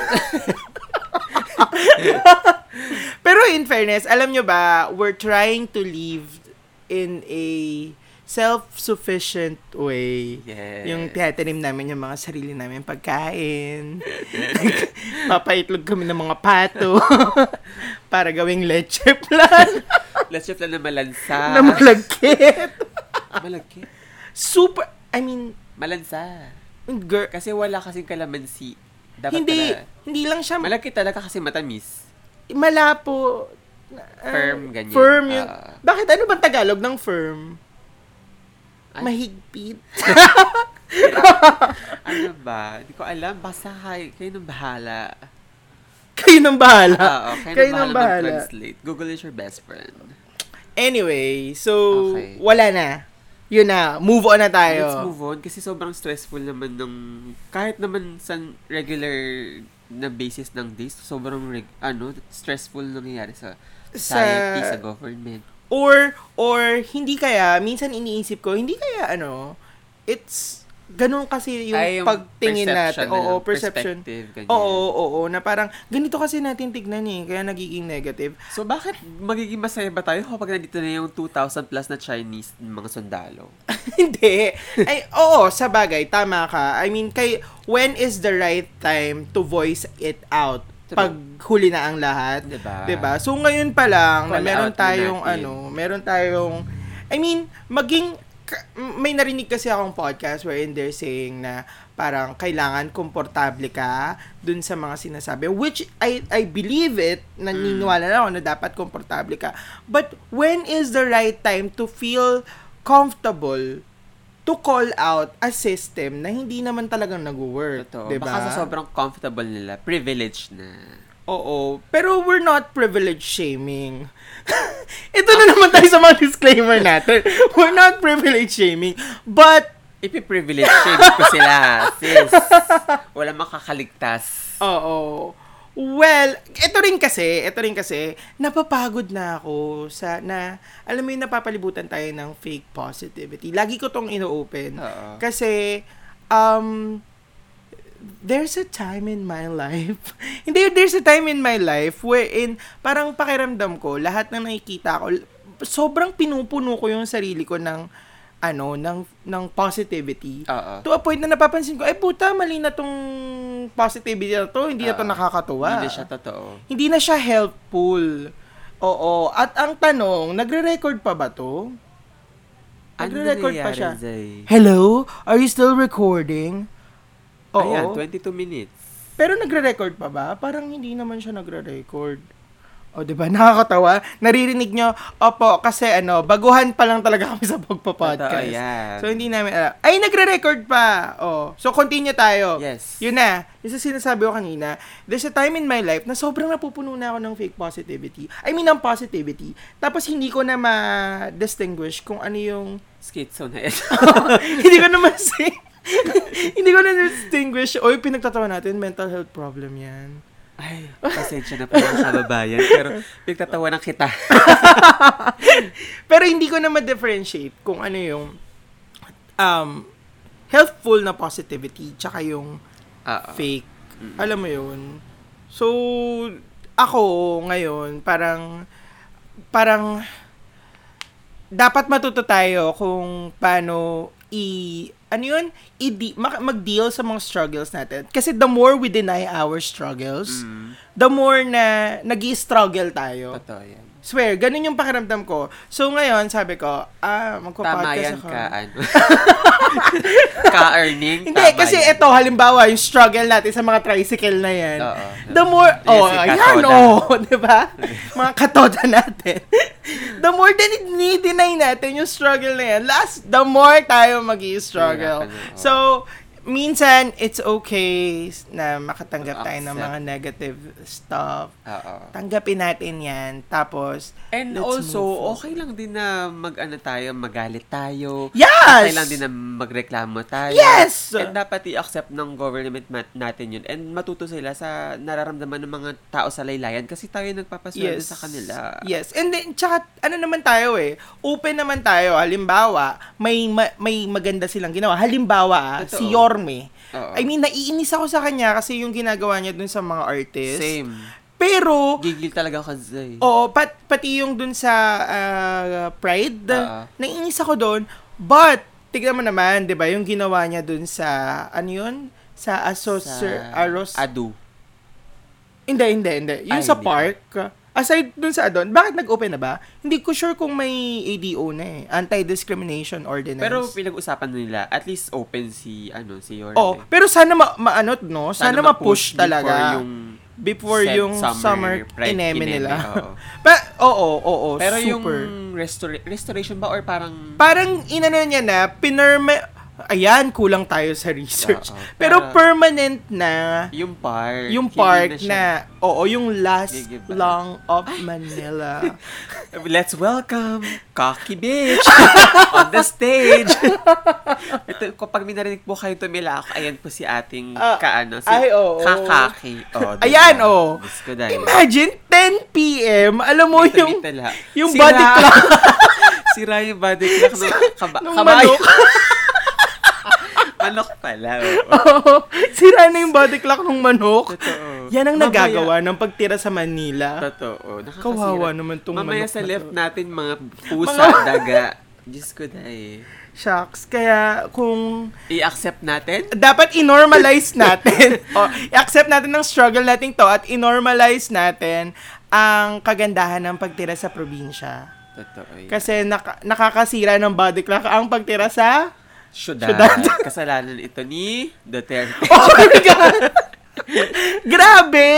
Speaker 1: pero in fairness, alam nyo ba, we're trying to live in a self-sufficient way.
Speaker 2: yes.
Speaker 1: Yung tinatanim namin yung mga sarili namin pagkain. Papaitlog kami ng mga pato para gawing leche plan
Speaker 2: Let's shift lang na
Speaker 1: na
Speaker 2: malansa.
Speaker 1: malagkit.
Speaker 2: Malaki.
Speaker 1: Super, I mean,
Speaker 2: Malansa.
Speaker 1: girl,
Speaker 2: Kasi wala kasing kalamansi. Dapat
Speaker 1: hindi,
Speaker 2: pala-
Speaker 1: hindi lang siya
Speaker 2: Malaki talaga kasi matamis.
Speaker 1: malapo. Ah,
Speaker 2: Firm, ganyan.
Speaker 1: Firm yun.
Speaker 2: Ah.
Speaker 1: Bakit? Ano bang Tagalog ng firm?
Speaker 2: Ay.
Speaker 1: Mahigpit.
Speaker 2: Ano ba? Hindi ko alam. Basta kay- kayo nang bahala.
Speaker 1: Kayo nang bahala.
Speaker 2: Oo, kayo,
Speaker 1: kayo
Speaker 2: nang
Speaker 1: nang
Speaker 2: bahala.
Speaker 1: bahala.
Speaker 2: translate Google is your best friend.
Speaker 1: Anyway, so,
Speaker 2: Okay.
Speaker 1: wala na. Yun na. Move on na tayo.
Speaker 2: Let's move on kasi sobrang stressful naman ng kahit naman sa regular na basis ng days, sobrang reg- ano, stressful nangyayari sa society, sa, government.
Speaker 1: Or, or, hindi kaya, minsan iniisip ko, hindi kaya, ano, it's, ganun kasi yung,
Speaker 2: Ay,
Speaker 1: pagtingin
Speaker 2: perception
Speaker 1: natin. Oo,
Speaker 2: nila,
Speaker 1: perception.
Speaker 2: perspective, ganyan.
Speaker 1: Oo, oo, oo, na parang, ganito kasi natin tignan eh, kaya nagiging negative.
Speaker 2: So, bakit magiging masaya ba tayo kapag nandito na yung 2,000 plus na Chinese mga sundalo?
Speaker 1: Hindi. Ay, oo, sa bagay, tama ka. I mean, kay, when is the right time to voice it out?
Speaker 2: True.
Speaker 1: Pag huli na ang lahat.
Speaker 2: Diba?
Speaker 1: Diba? So, ngayon pa lang, na
Speaker 2: Call
Speaker 1: meron
Speaker 2: out na
Speaker 1: tayong,
Speaker 2: natin.
Speaker 1: ano, meron tayong, I mean, maging, ka- may narinig kasi akong podcast wherein they're saying na parang kailangan komportable ka dun sa mga sinasabi. Which I, I believe it,
Speaker 2: Mm.
Speaker 1: naniniwala na ako na dapat komportable ka. But when is the right time to feel comfortable to call out a system na hindi naman talagang nag-work.
Speaker 2: Totoo.
Speaker 1: Diba?
Speaker 2: Baka sa sobrang comfortable nila, privileged na.
Speaker 1: Oo. Pero we're not privilege shaming. Ito na naman tayo sa mga disclaimer natin. We're not privilege shaming. But,
Speaker 2: Ipiprivilege shade ko sila, sis. Wala makakaligtas.
Speaker 1: oo. Well, ito rin kasi, ito rin kasi, napapagod na ako sa, na, alam mo yung napapalibutan tayo ng fake positivity. Lagi ko tong ino-open.
Speaker 2: Oo.
Speaker 1: Kasi, um, there's a time in my life. Hindi, there's a time in my life wherein parang pakiramdam ko, lahat ng nakikita ko, sobrang pinupuno ko yung sarili ko ng, ano, ng, ng positivity.
Speaker 2: Oo.
Speaker 1: To a point na napapansin ko, ay puta, mali na tong positivity na to, hindi na to
Speaker 2: Oo.
Speaker 1: nakakatuwa.
Speaker 2: Ah, Hindi siya totoo.
Speaker 1: Hindi na siya helpful. Oo. At ang tanong, nagre-record pa ba to? Nagre-record pa
Speaker 2: Ano nangyayari,
Speaker 1: siya.
Speaker 2: Zay?
Speaker 1: Hello? Are you still recording? Oo.
Speaker 2: Ayan, 22 minutes.
Speaker 1: Pero nagre-record pa ba? Parang hindi naman siya nagre-record. O, di ba? Nakakatawa. Naririnig nyo, opo, kasi ano, baguhan pa lang talaga kami sa
Speaker 2: Totoo
Speaker 1: pagpa-podcast.
Speaker 2: yan.
Speaker 1: So, hindi namin alam. Ay, nagre-record pa! O, so continue tayo.
Speaker 2: Yes.
Speaker 1: Yun na. Yung sa sinasabi ko kanina, there's a time in my life na sobrang napupuno na ako ng fake positivity. I mean, ng positivity. Tapos, hindi ko na ma-distinguish kung ano yung
Speaker 2: Schizo na yan.
Speaker 1: hindi ko naman si hindi ko na distinguish. Oy, pinagtatawa natin, mental health problem yan.
Speaker 2: Ay, pasensya na pala sa babayan. Pero, pagtatawa na kita.
Speaker 1: Pero hindi ko na ma-differentiate kung ano yung um, helpful na positivity tsaka yung
Speaker 2: Oo.
Speaker 1: fake. Alam mo yun? So, ako ngayon, parang, parang, dapat matuto tayo kung paano i, ano yun? I-de- mak- mag-deal sa mga struggles natin. Kasi the more we deny our struggles,
Speaker 2: Mm.
Speaker 1: the more na nag struggle tayo.
Speaker 2: Totoo yan.
Speaker 1: Swear, ganun yung pakiramdam ko. So ngayon, sabi ko, ah,
Speaker 2: Tama yan
Speaker 1: magpa-podcast ako.
Speaker 2: ka, ano. Ka-earning.
Speaker 1: Hindi,
Speaker 2: tama
Speaker 1: kasi
Speaker 2: yan.
Speaker 1: ito, halimbawa, yung struggle natin sa mga tricycle na yan.
Speaker 2: Oo.
Speaker 1: The more,
Speaker 2: Yes,
Speaker 1: oh,
Speaker 2: yung
Speaker 1: yan,
Speaker 2: katoda.
Speaker 1: oh, di ba? mga katoda natin. the more din dinideny natin yung struggle na yan, last, the more tayo mag struggle
Speaker 2: Hirapan yun, oo.
Speaker 1: So, minsan, it's okay na makatanggap tayo ng
Speaker 2: Accept.
Speaker 1: mga negative stuff.
Speaker 2: Oo.
Speaker 1: Tanggapin natin yan. Tapos,
Speaker 2: And
Speaker 1: Let's
Speaker 2: also,
Speaker 1: move forward.
Speaker 2: okay lang din na mag-ano tayo, magalit tayo.
Speaker 1: yes!
Speaker 2: Okay lang din na magreklamo tayo.
Speaker 1: Yes!
Speaker 2: And dapat i-accept ng government mat- natin yun. And matuto sila sa nararamdaman ng mga tao sa laylayan kasi tayo yung nagpapasweldo sa kanila.
Speaker 1: Yes. And then, tsaka, ano naman tayo eh, open naman tayo. Halimbawa, may ma- may maganda silang ginawa. Halimbawa, ah,
Speaker 2: Totoo.
Speaker 1: si Yorme.
Speaker 2: Oo.
Speaker 1: I mean, naiinis ako sa kanya kasi yung ginagawa niya dun sa mga artist.
Speaker 2: Same.
Speaker 1: Pero,
Speaker 2: Gigil talaga ako eh, Zay.
Speaker 1: oo, pat, pati yung dun sa ah, Pride,
Speaker 2: Oo.
Speaker 1: naiinis ako dun. But, tignan mo naman, di ba, yung ginawa niya dun sa, ano yun? Sa Asocer,
Speaker 2: Sa
Speaker 1: Aros,
Speaker 2: Adu.
Speaker 1: hindi, hindi, hindi. Yung
Speaker 2: Ay,
Speaker 1: sa
Speaker 2: Ah, hindi.
Speaker 1: park, aside dun sa adon, bakit nag-open na ba? Hindi ko sure kung may ADO na eh. Anti-Discrimination Ordinance.
Speaker 2: Pero pinag-usapan nila, at least open si, ano, si Yorme.
Speaker 1: oh, pero sana ma, ma- ano, no? Sana, ma-push
Speaker 2: ma-push
Speaker 1: talaga. Before
Speaker 2: before yung said
Speaker 1: yung
Speaker 2: summer
Speaker 1: summer,
Speaker 2: pride
Speaker 1: ineme
Speaker 2: ineme,
Speaker 1: nila.
Speaker 2: oo.
Speaker 1: Pa- oo, oo, oo, Oh,
Speaker 2: Pero
Speaker 1: super.
Speaker 2: yung restora- restoration ba or parang
Speaker 1: Parang inano niya na, pinerme... Ayan, kulang tayo sa research.
Speaker 2: Oo,
Speaker 1: pero
Speaker 2: para-
Speaker 1: permanent na
Speaker 2: yung park?
Speaker 1: yung
Speaker 2: hindi
Speaker 1: park
Speaker 2: siya-
Speaker 1: na, oo, yung last
Speaker 2: Gigi ba?
Speaker 1: long of Manila.
Speaker 2: Let's welcome Cocky Bitch on the stage. Ito, kapag may narinig po kayo tumila ako, ayan po si ating
Speaker 1: Ah,
Speaker 2: kaano, si
Speaker 1: ay, oo.
Speaker 2: Kakaki. Oh, diba?
Speaker 1: Ayan, oo.
Speaker 2: Diyos ko dahil.
Speaker 1: Imagine, 10 p.m. Alam mo
Speaker 2: Ito,
Speaker 1: yung...
Speaker 2: ito lahat.
Speaker 1: yung
Speaker 2: Sira-
Speaker 1: body clock.
Speaker 2: Sira yung body clock ng kaba-
Speaker 1: nung
Speaker 2: kabayo.
Speaker 1: manok.
Speaker 2: manok pala. oo.
Speaker 1: Oo. Sira na yung body clock ng manok.
Speaker 2: Totoo.
Speaker 1: Yan ang
Speaker 2: Mamaya-
Speaker 1: nagagawa ng pagtira sa Manila.
Speaker 2: Totoo. Nakakasira.
Speaker 1: Kawawa naman tong
Speaker 2: Mamaya
Speaker 1: manok
Speaker 2: sa
Speaker 1: na
Speaker 2: left
Speaker 1: to.
Speaker 2: natin mga pusa,
Speaker 1: Mga-
Speaker 2: daga. Diyos ko dahil.
Speaker 1: Shucks. Kaya kung
Speaker 2: I-accept natin?
Speaker 1: dapat inormalize natin o i-accept natin ang struggle natin to at inormalize natin ang kagandahan ng pagtira sa probinsya.
Speaker 2: Totoo.
Speaker 1: Kasi
Speaker 2: Kasi,
Speaker 1: naka- nakakasira ng body clock ang pagtira sa...
Speaker 2: Syudad.
Speaker 1: Syudad.
Speaker 2: Kasalanan ito ni Duterte.
Speaker 1: Oh my God! Grabe!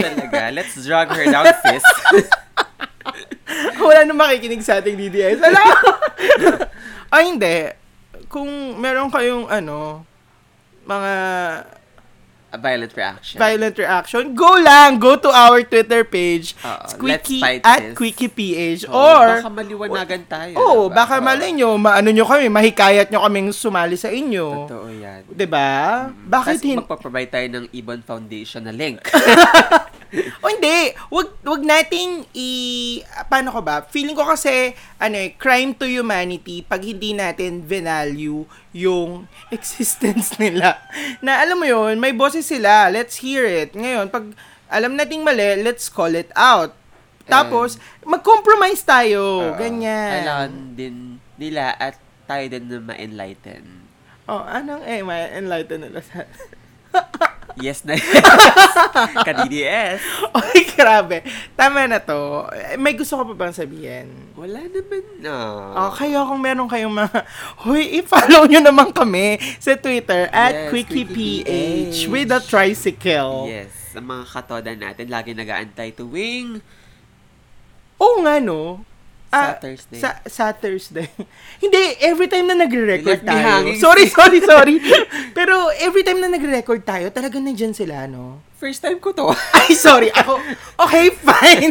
Speaker 2: Grabe talaga. Let's drag her down, sis.
Speaker 1: Wala nang makikinig sa ating DDS. Wala! Ay, hindi. Kung meron kayong, ano, mga
Speaker 2: A violent reaction.
Speaker 1: violent reaction, go lang! Go to our Twitter page,
Speaker 2: Oo,
Speaker 1: squeaky
Speaker 2: let's fight
Speaker 1: at
Speaker 2: this.
Speaker 1: QuickiePH,
Speaker 2: Oo,
Speaker 1: or,
Speaker 2: Oh, baka maliwanagan tayo.
Speaker 1: oh,
Speaker 2: diba?
Speaker 1: baka
Speaker 2: Oo.
Speaker 1: malay nyo, maano nyo kami, mahikayat nyo kaming sumali sa inyo.
Speaker 2: Totoo Mm. yan.
Speaker 1: 'Di ba? Bakit
Speaker 2: Tapos
Speaker 1: hindi?
Speaker 2: magpaprovide tayo ng Ibon Foundation na link.
Speaker 1: O Oh, hindi, wag wag nating i paano ko ba? Feeling ko kasi ano eh, crime to humanity pag hindi natin value yung existence nila. Na alam mo yon, may boses sila. Let's hear it. Ngayon, pag alam nating mali, let's call it out. Tapos, mag-compromise tayo.
Speaker 2: Oo.
Speaker 1: Oh, ganyan.
Speaker 2: Kailangan din nila at tayo din na ma-enlighten.
Speaker 1: Oh, anong eh, may enlighten nila sa...
Speaker 2: Yes na yes. Ka-DDS.
Speaker 1: Ay, grabe. Tama na to. Eh, May gusto ko pa bang sabihin?
Speaker 2: Wala naman na.
Speaker 1: Oh, kayo kung meron kayong mga... Huy, i-follow nyo naman kami sa Twitter at
Speaker 2: Yes,
Speaker 1: QuickiePH
Speaker 2: QuickiePH.
Speaker 1: with a tricycle.
Speaker 2: Yes. Ang mga katoda natin, lagi nag-aantay tuwing
Speaker 1: Oo nga, no? Ah,
Speaker 2: sa Thursday.
Speaker 1: Sa, sa Thursday. Hindi, every time na nagre-record
Speaker 2: Left me
Speaker 1: tayo.
Speaker 2: hanging.
Speaker 1: Sorry, sorry, sorry. Pero every time na nagre-record tayo, talagang nandyan sila, no?
Speaker 2: First time ko to.
Speaker 1: Ay, sorry. Ako, okay, fine.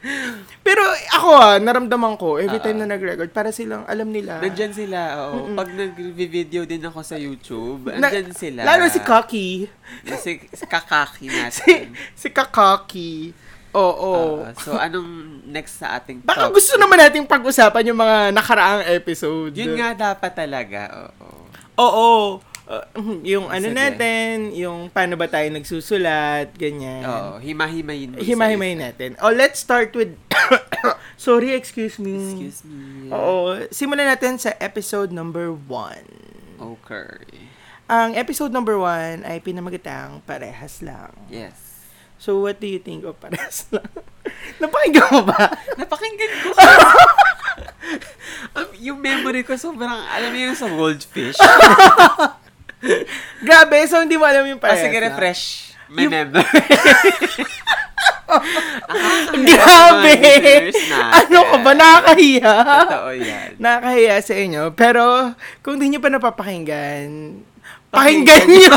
Speaker 1: Pero ako ah, naramdaman ko, every time na nag-record, para silang alam nila.
Speaker 2: Ah. Nandyan sila. oo. Pag nag-video din ako sa YouTube,
Speaker 1: Na-
Speaker 2: nandyan sila.
Speaker 1: Lalo si Cocky.
Speaker 2: Si, si kakaki
Speaker 1: si,
Speaker 2: natin.
Speaker 1: si Kakaki. Oo.
Speaker 2: Oo. so, anong next sa ating
Speaker 1: oh. Baka
Speaker 2: top?
Speaker 1: gusto naman nating pag-usapan yung mga nakaraang episode.
Speaker 2: Yun nga dapat talaga. Oo. Ah,
Speaker 1: Oo. Uh, yung ano
Speaker 2: Sige.
Speaker 1: natin, yung paano ba tayo nagsusulat, ganyan.
Speaker 2: Oo. Himahimayin mo.
Speaker 1: Himay-himay natin. Oh, let's start with... Sorry, excuse me.
Speaker 2: Excuse me.
Speaker 1: Oo. Simulan natin sa episode number one.
Speaker 2: Okay.
Speaker 1: Ang episode number one ay pinamagatang Parehas Lang.
Speaker 2: Yes.
Speaker 1: So, what do you think of Parehas Lang? Napakinggan mo ba?
Speaker 2: Napakinggan ko. Um, yung memory ko sobrang, alam mo yung sa goldfish.
Speaker 1: Grabe, so hindi mo alam yung
Speaker 2: Ah,
Speaker 1: parehas.
Speaker 2: sige,
Speaker 1: na.
Speaker 2: refresh. May memory.
Speaker 1: Grabe!
Speaker 2: Mga listeners natin.
Speaker 1: ano ka ba? Nakakahiya.
Speaker 2: Totoo yan.
Speaker 1: Nakakahiya sa inyo. Pero, kung di nyo pa napapakinggan, Pakinggan nyo!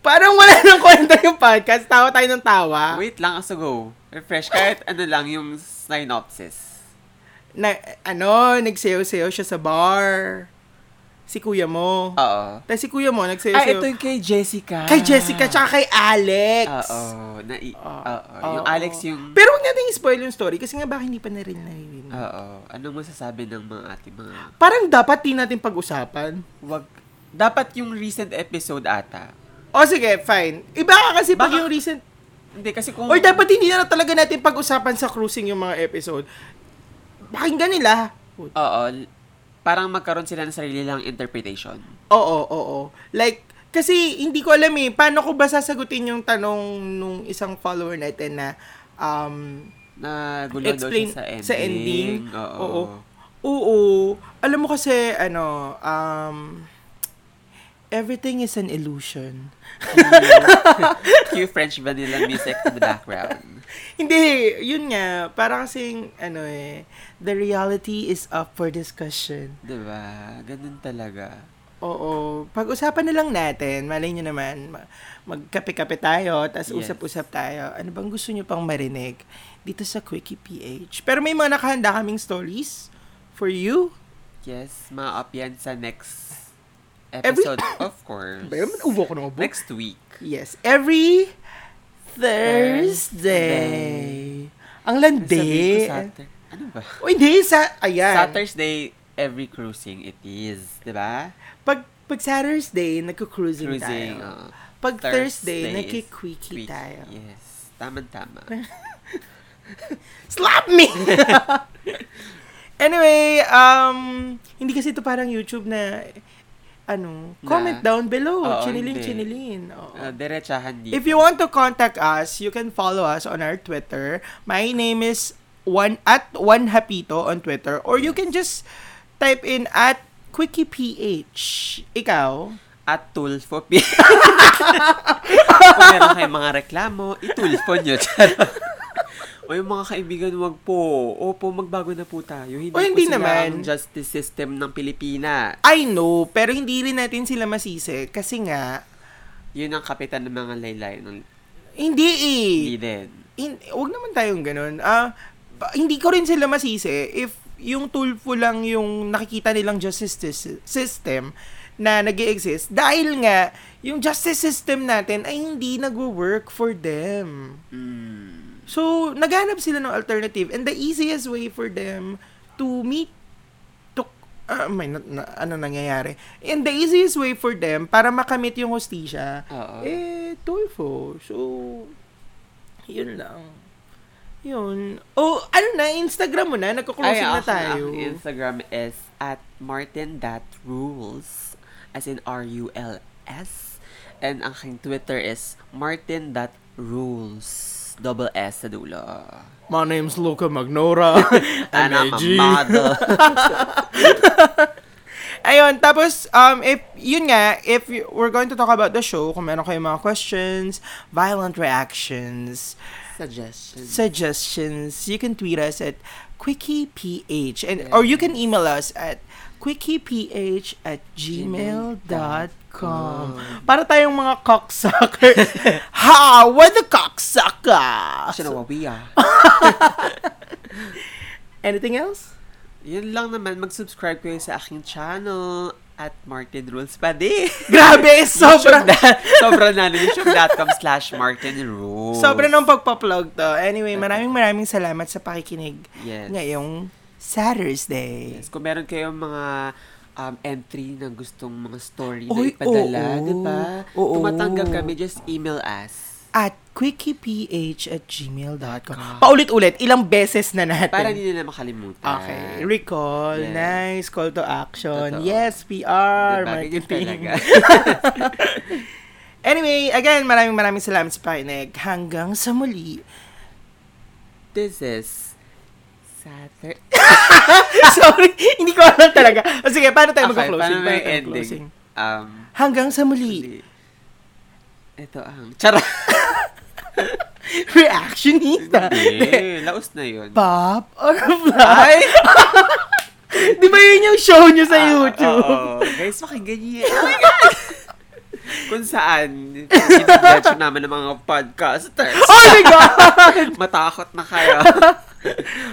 Speaker 1: Parang wala nang kwenta yung podcast. Tawa tayo ng tawa.
Speaker 2: Wait lang, as go. Refresh. Kahit ano lang yung synopsis.
Speaker 1: Na, ano, nagsayaw-sayaw siya sa bar. Si kuya mo.
Speaker 2: Oo.
Speaker 1: Tapos si kuya mo, nagsayaw-sayaw.
Speaker 2: Ah, ito yung kay Jessica.
Speaker 1: Kay Jessica, tsaka kay Alex.
Speaker 2: Oo. Nai-
Speaker 1: Oo.
Speaker 2: oo.
Speaker 1: Oo.
Speaker 2: Yung Alex yung...
Speaker 1: Pero huwag natin i-spoil yung story kasi nga baka hindi pa na rin narinig.
Speaker 2: Oo. Anong masasabi ng mga ating mga...
Speaker 1: Parang dapat din natin pag-usapan.
Speaker 2: Wag... Dapat yung recent episode ata.
Speaker 1: O sige, fine. Iba ka kasi pag
Speaker 2: Baka-
Speaker 1: yung recent...
Speaker 2: Hindi, kasi kung...
Speaker 1: Or dapat hindi na talaga natin pag-usapan sa cruising yung mga episode. Pakinggan nila. Oo,
Speaker 2: Oo. l- Parang magkaroon sila ng sarili lang interpretation.
Speaker 1: oo, oo. Like, kasi hindi ko alam eh, paano ko ba sasagutin yung tanong nung isang follower natin na um,
Speaker 2: Na gulo daw
Speaker 1: Explain
Speaker 2: siya sa ending.
Speaker 1: sa ending.
Speaker 2: Oo.
Speaker 1: Oo. Oo. Alam mo kasi, ano, um, everything is an illusion.
Speaker 2: Cue French vanilla music in the background.
Speaker 1: Hindi, yun nga. Para kasing, ano eh, the reality is up for discussion.
Speaker 2: Diba? Ganun talaga.
Speaker 1: Oo. Pag-usapan na lang natin. Malay nyo naman, ma- magkape-kape tayo, tapos
Speaker 2: Yes.
Speaker 1: usap-usap tayo. Ano bang gusto nyo pang marinig dito sa Quickie PH? Pero may mga nakahanda kaming stories for you.
Speaker 2: Yes, ma-up yan sa next episode, of course.
Speaker 1: Ba yun? Ubo ko ng ubo.
Speaker 2: Next week.
Speaker 1: Yes, every Thursday. Ang landi.
Speaker 2: Sabihin ko Satur- Ano ba?
Speaker 1: O hindi, sa, ayan.
Speaker 2: Saturday, every cruising it is. Diba?
Speaker 1: Pag, pag Saturday, nagko-cruising
Speaker 2: Cruising.
Speaker 1: tayo.
Speaker 2: oo.
Speaker 1: Pag Thursday,
Speaker 2: is
Speaker 1: nagki-quickie
Speaker 2: quickie.
Speaker 1: tayo.
Speaker 2: Yes. Tama-tama.
Speaker 1: Slap me! anyway, um, hindi kasi ito parang YouTube na, ano,
Speaker 2: Na-
Speaker 1: comment down below.
Speaker 2: Oo,
Speaker 1: chinilin,
Speaker 2: hindi.
Speaker 1: chinilin. Oo.
Speaker 2: Uh, derechahan dito.
Speaker 1: If you want to contact us, you can follow us on our Twitter. My name is one at one hapito on Twitter, or you can just type in at quickieph. Ikaw?
Speaker 2: At Tulfo P. Kung meron kayong mga reklamo, itulfo nyo. Charot. o yung mga kaibigan, wag po. Opo, magbago na po tayo. Hindi,
Speaker 1: O, hindi
Speaker 2: po sila
Speaker 1: naman.
Speaker 2: ang justice system ng Pilipinas.
Speaker 1: I know, pero hindi rin natin sila masisi kasi nga,
Speaker 2: Yun ang kapitan ng mga laylay. Ng
Speaker 1: hindi eh.
Speaker 2: Eden.
Speaker 1: Hin- wag naman tayong ganun. Ah, ba- hindi ko rin sila masisi if yung tulfo lang yung nakikita nilang justice sys- system na nag exist dahil nga yung justice system natin ay hindi nagwo-work for them.
Speaker 2: Mm.
Speaker 1: So, naghanap sila ng alternative and the easiest way for them to meet to ah, may na- na- ano nangyayari. And the easiest way for them para makamit yung hostisya
Speaker 2: Oo.
Speaker 1: eh, Tulfo. So, yun lang. Yun. Oh, ano na, Instagram mo na,
Speaker 2: Ay,
Speaker 1: nagko-closing na
Speaker 2: ako,
Speaker 1: tayo.
Speaker 2: ang Instagram is at martin.rules as in R-U-L-S and ang aking Twitter is martin.rules double S sa dulo.
Speaker 1: My name's Luca Magnora.
Speaker 2: And I'm a
Speaker 1: MAG.
Speaker 2: model.
Speaker 1: Ayun, tapos, um, if, yun nga, if y- we're going to talk about the show, kung meron kayong mga questions, violent reactions,
Speaker 2: Suggestions.
Speaker 1: suggestions, you can tweet us at quickieph, and, or you can email us at quickieph at gmail.com. Para tayong mga cocksuckers. ha! We're the
Speaker 2: Ah,
Speaker 1: cocksuckers!
Speaker 2: Sinawawiya.
Speaker 1: Anything else?
Speaker 2: Yun lang naman, mag-subscribe kayo sa aking channel at Martin Rules pa din.
Speaker 1: Grabe! Sobrang...
Speaker 2: Sobrang na youtube.com slash Martin Rules.
Speaker 1: Sobra ng pagpa-plug to. Anyway, maraming maraming salamat sa pakikinig
Speaker 2: Yes.
Speaker 1: ngayong Saturday.
Speaker 2: Yes, kung meron kayong mga um, entry na gustong mga story
Speaker 1: Oy,
Speaker 2: na ipadala,
Speaker 1: oo.
Speaker 2: di ba?
Speaker 1: Oo.
Speaker 2: Tumatanggap kami, just email us.
Speaker 1: At quickieph at gmail.com. Paulit-ulit, ilang beses na natin.
Speaker 2: Para hindi nila makalimutan.
Speaker 1: Okay. Recall.
Speaker 2: Yes.
Speaker 1: Nice. Call to action.
Speaker 2: Totoo.
Speaker 1: Yes, we are.
Speaker 2: Diba?
Speaker 1: Marketing.
Speaker 2: Ganyan talaga.
Speaker 1: anyway, again, maraming maraming salamat sa pakinig. Hanggang sa muli.
Speaker 2: This is Saturday.
Speaker 1: Sorry, hindi ko alam talaga. O sige, paano tayo
Speaker 2: paano
Speaker 1: magka-closing?
Speaker 2: may
Speaker 1: tayo
Speaker 2: ending?
Speaker 1: mag-closing?
Speaker 2: Um,
Speaker 1: Hanggang sa muli.
Speaker 2: hindi. Ito ang... Charot!
Speaker 1: Reactionista.
Speaker 2: Hindi. Laos na yun.
Speaker 1: Pop or fly?
Speaker 2: Ay!
Speaker 1: Di ba yun yung show nyo sa
Speaker 2: Ah,
Speaker 1: YouTube?
Speaker 2: oo. Guys, pakinggan niyo. yan. Oh my God! Kung saan, sinadyacho namin ng mga podcasters.
Speaker 1: Oh my God!
Speaker 2: Matakot na kayo.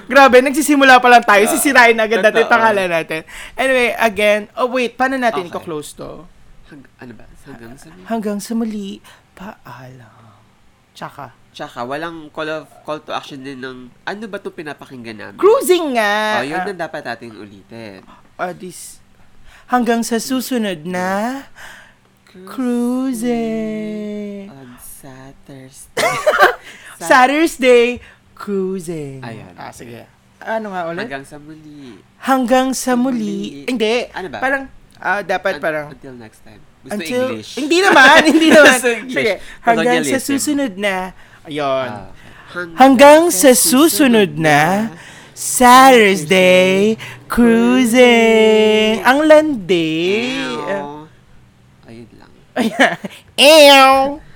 Speaker 1: Grabe, nagsisimula pa lang tayo. Sisirain agad
Speaker 2: Ah, Totoo.
Speaker 1: natin pangalan natin. Anyway, again, oh wait, paano natin
Speaker 2: Okay.
Speaker 1: ko-close to?
Speaker 2: Hang, ano ba? Hanggang sa...
Speaker 1: Hanggang sa muli, paalam. Tsaka,
Speaker 2: Tsaka, walang call, of, call to action din ng ano ba itong pinapakinggan namin?
Speaker 1: cruising nga!
Speaker 2: Oh, yun na dapat natin ulitin.
Speaker 1: Ah, ah, this- hanggang sa susunod na cruising.
Speaker 2: On Saturday. Sa-
Speaker 1: Saturday, cruising.
Speaker 2: Ayun.
Speaker 1: Ah, sige. Ano nga ulit?
Speaker 2: Hanggang sa muli.
Speaker 1: Hanggang sa muli.
Speaker 2: Muli.
Speaker 1: Hindi.
Speaker 2: Ano ba?
Speaker 1: Parang, ah, dapat
Speaker 2: Un-
Speaker 1: parang,
Speaker 2: Until next time. Gusto
Speaker 1: until,
Speaker 2: English.
Speaker 1: hindi naman, hindi naman.
Speaker 2: Gusto English.
Speaker 1: Sige, hanggang sa
Speaker 2: Colonialism.
Speaker 1: susunod na, ayun.
Speaker 2: Ah, okay.
Speaker 1: Hanggang sa susunod na, Saturday, cruising. Ang landi.
Speaker 2: Ew. Ayun lang.
Speaker 1: Ew.